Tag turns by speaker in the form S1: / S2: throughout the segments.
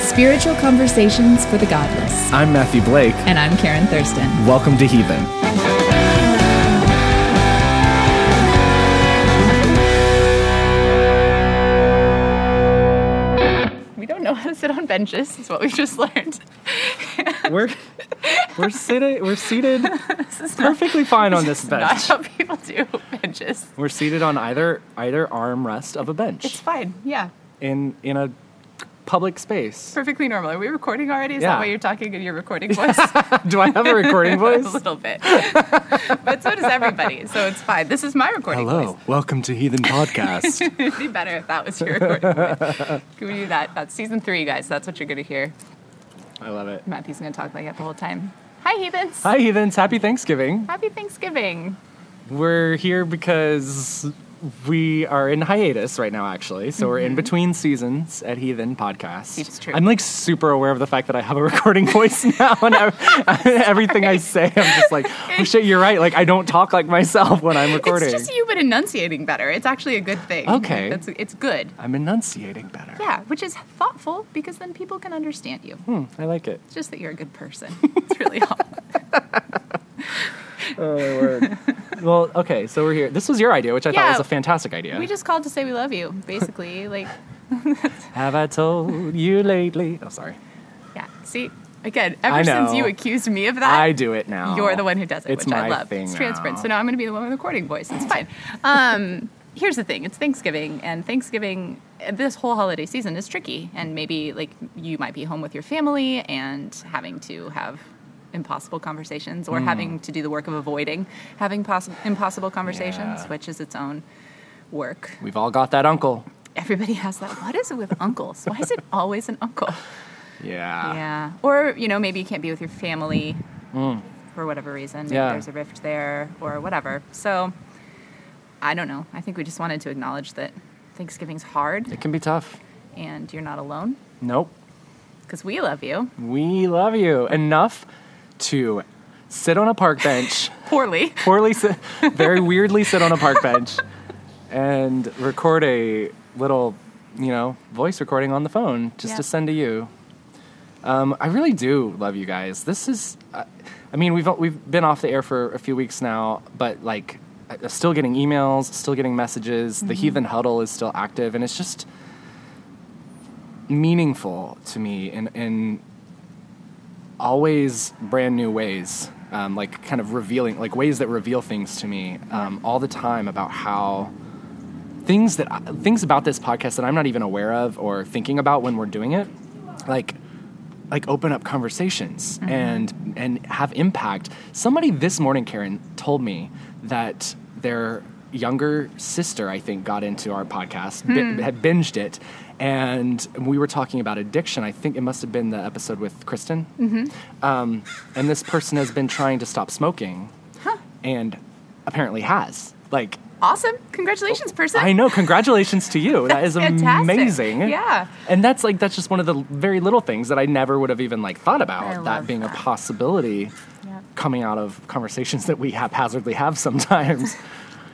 S1: Spiritual Conversations for the Godless.
S2: I'm Matthew Blake.
S1: And I'm Karen Thurston.
S2: Welcome to Heathen.
S3: We don't know how to sit on benches, is what we just learned.
S2: We're we're seated we're seated perfectly fine on this
S3: Not
S2: bench.
S3: how people do benches.
S2: We're seated on either either armrest of a
S3: It's
S2: bench
S3: fine. Yeah.
S2: in in a public space.
S3: Perfectly normal. Are we recording already? Is
S2: Yeah.
S3: that why you're talking in your recording voice?
S2: Do I have a recording
S3: a
S2: voice?
S3: little bit. but so does everybody, so it's fine. This is my recording
S2: Hello, welcome to Heathen Podcast.
S3: voice. It'd be better if that was your recording voice. Can we do that? That's season three, guys. That's what you're going to hear.
S2: I love it.
S3: Matthew's going to talk like that the whole time. Hi, heathens.
S2: Hi Heathens, happy Thanksgiving.
S3: Happy Thanksgiving.
S2: We're here because we are in hiatus right now, actually. So we're in between seasons at Heathen Podcast.
S3: Mm-hmm. It's true.
S2: I'm like super aware of the fact that I have a recording voice now, and I, everything I say, I'm just like, oh shit, you're right. Like I don't talk like myself when I'm recording.
S3: It's just you, but enunciating better. It's actually a good thing.
S2: Okay.
S3: That's, it's good.
S2: I'm enunciating better.
S3: Yeah, which is thoughtful because then people can understand you.
S2: Hmm, I like it.
S3: It's just that you're a good person. It's really all.
S2: Oh my word. well, okay, so we're here. This was your idea, which I thought
S3: Yeah.
S2: was a fantastic idea.
S3: We just called to say we love you, basically. Like,
S2: have I told you lately? Oh, sorry.
S3: yeah. See, again,
S2: I
S3: ever since you
S2: know.
S3: accused me of that,
S2: I do it now.
S3: you're the one who does it,
S2: It's
S3: which
S2: my
S3: I love.
S2: Thing
S3: it's transparent.
S2: now.
S3: So now I'm going to be the one with the recording voice. It's fine. Um, here's the thing: it's Thanksgiving, and Thanksgiving this whole holiday season is tricky. And maybe like you might be home with your family and having to have impossible conversations,
S2: Hmm.
S3: or having to do the work of avoiding having poss- impossible conversations,
S2: Yeah.
S3: which is its own work.
S2: We've all got that uncle.
S3: Everybody has that. What is it with uncles? Why is it always an uncle?
S2: Yeah.
S3: Yeah. Or, you know, maybe you can't be with your family for whatever reason. Maybe
S2: Mm. Yeah.
S3: there's a rift there or whatever. So I don't know. I think we just wanted to acknowledge that Thanksgiving's hard
S2: It can be tough.
S3: and you're not alone
S2: Nope.
S3: because we love you
S2: We love you enough to sit on a park bench,
S3: poorly.
S2: poorly, sit, very weirdly sit on a park bench, and record a little, you know, voice recording on the phone just to
S3: Yeah.
S2: send to you. Um, I really do love you guys. This is, uh, I mean, we've we've been off the air for a few weeks now, but like, I'm still getting emails, still getting messages. The Heathen Huddle is still active, and it's just meaningful to me in in always brand new ways, um, like kind of revealing, like ways that reveal things to me um, all the time about how things that I- things about this podcast that I'm not even aware of or thinking about when we're doing it, like like open up conversations and and have impact. Somebody this morning, Karen, told me that their younger sister, I think, got into our podcast, bi- had binged it, and we were talking about addiction. I think it must have been the episode with Kristen, um, and this person has been trying to stop smoking, and apparently has like.
S3: Awesome. Congratulations, person.
S2: Oh, I know. Congratulations to you. That is
S3: That's fantastic.
S2: amazing.
S3: Yeah.
S2: And that's like that's just one of the very little things that I never would have even like thought
S3: I
S2: about that
S3: love
S2: being a
S3: that.
S2: possibility
S3: Yeah.
S2: coming out of conversations that we haphazardly have sometimes.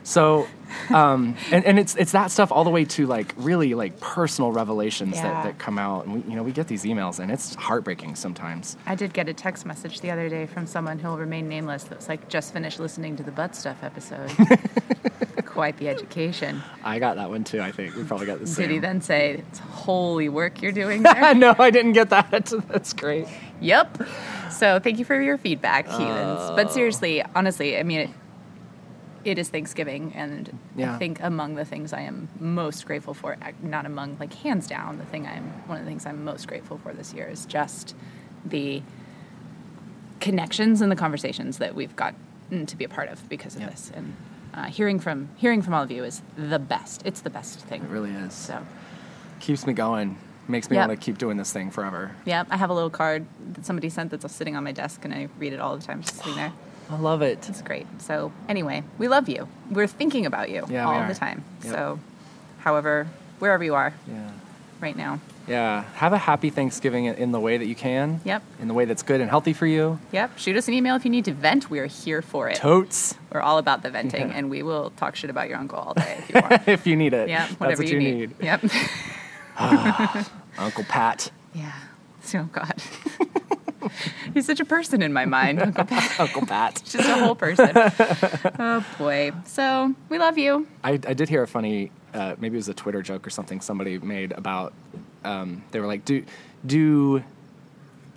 S2: so um and, and it's it's that stuff all the way to like really like personal revelations
S3: Yeah.
S2: that, that come out and we you know we get these emails and it's heartbreaking sometimes.
S3: I did get a text message the other day from someone who'll remain nameless that was like, just finished listening to the butt stuff episode. Quite the education.
S2: I got that one too, I think. We probably got the same.
S3: Did he then say, it's holy work you're doing there?
S2: no, I didn't get that. That's great.
S3: Yep. So thank you for your feedback, heathens.
S2: Oh.
S3: but seriously, honestly, I mean, it, it is Thanksgiving, and
S2: Yeah.
S3: I think among the things I am most grateful for, ac- not among like hands down, the thing I'm one of the things I'm most grateful for this year is just the connections and the conversations that we've gotten to be a part of because of
S2: Yeah.
S3: this, and uh, hearing from hearing from all of you is the best. It's the best thing.
S2: It really is.
S3: So.
S2: keeps me going. Makes me
S3: Yep.
S2: want to keep doing this thing forever.
S3: Yeah, I have a little card that somebody sent that's sitting on my desk, and I read it all the time. It's just sitting there.
S2: I love it.
S3: It's great. So anyway, we love you. We're thinking about you
S2: Yeah, we
S3: all
S2: are.
S3: the time.
S2: Yep.
S3: So, however, wherever you are
S2: Yeah.
S3: right now,
S2: Yeah. Have a happy Thanksgiving in- in the way that you can.
S3: Yep.
S2: In the way that's good and healthy for you.
S3: yep. Shoot us an email if you need to vent. We are here for it.
S2: Totes
S3: We're all about the venting,
S2: Yeah.
S3: and we will talk shit about your uncle all day if you want.
S2: if you need it.
S3: yeah,
S2: That's
S3: whatever
S2: what
S3: you need. Yep.
S2: Uncle Pat.
S3: yeah. So God. He's such a person in my mind, Uncle Pat.
S2: Uncle Pat.
S3: Just a whole person. oh boy. So we love you.
S2: I, I did hear a funny, uh, maybe it was a Twitter joke or something somebody made about. Um, they were like, "Do do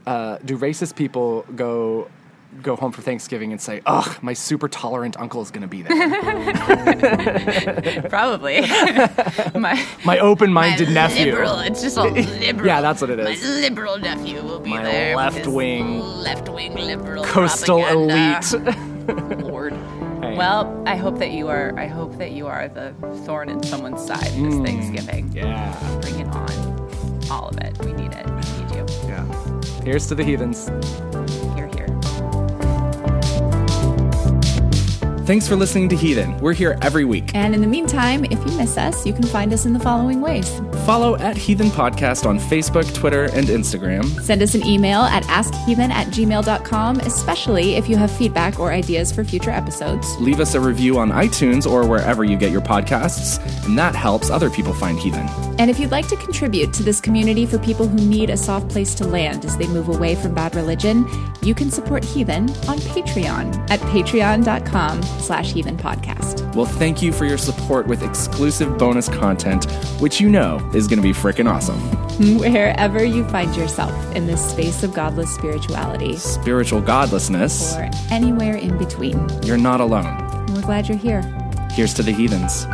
S2: uh, do racist people go go home for Thanksgiving and say, "Ugh, my super tolerant uncle is going to be there.
S3: Probably. my
S2: My open-minded nephew."
S3: liberal. It's just a liberal.
S2: Yeah, that's what it is.
S3: My liberal nephew will be
S2: My
S3: there. with his
S2: left-wing-
S3: left-wing liberal,
S2: Coastal
S3: propaganda.
S2: elite.
S3: Lord.
S2: Hey.
S3: Well, I hope that you are. I hope that you are the thorn in someone's side this Thanksgiving.
S2: Hmm. yeah.
S3: Bring it on, all of it. We need it. We need you.
S2: Yeah. Here's to the heathens.
S3: Here, here.
S2: Thanks for listening to Heathen. We're here every week.
S1: And in the meantime, if you miss us, you can find us in the following ways.
S2: Follow at Heathen Podcast on Facebook, Twitter, and Instagram.
S1: Send us an email at askheathen at gmail.com, especially if you have feedback or ideas for future episodes.
S2: Leave us a review on iTunes or wherever you get your podcasts, and that helps other people find Heathen.
S1: And if you'd like to contribute to this community for people who need a soft place to land as they move away from bad religion, you can support Heathen on Patreon at patreon.com slash heathen podcast.
S2: Well, thank you for your support with exclusive bonus content, which you know is going to be frickin' awesome.
S1: Wherever you find yourself in this space of godless spirituality
S2: Spiritual godlessness,
S1: or anywhere in between,
S2: you're not alone.
S1: we're glad you're here.
S2: Here's to the heathens.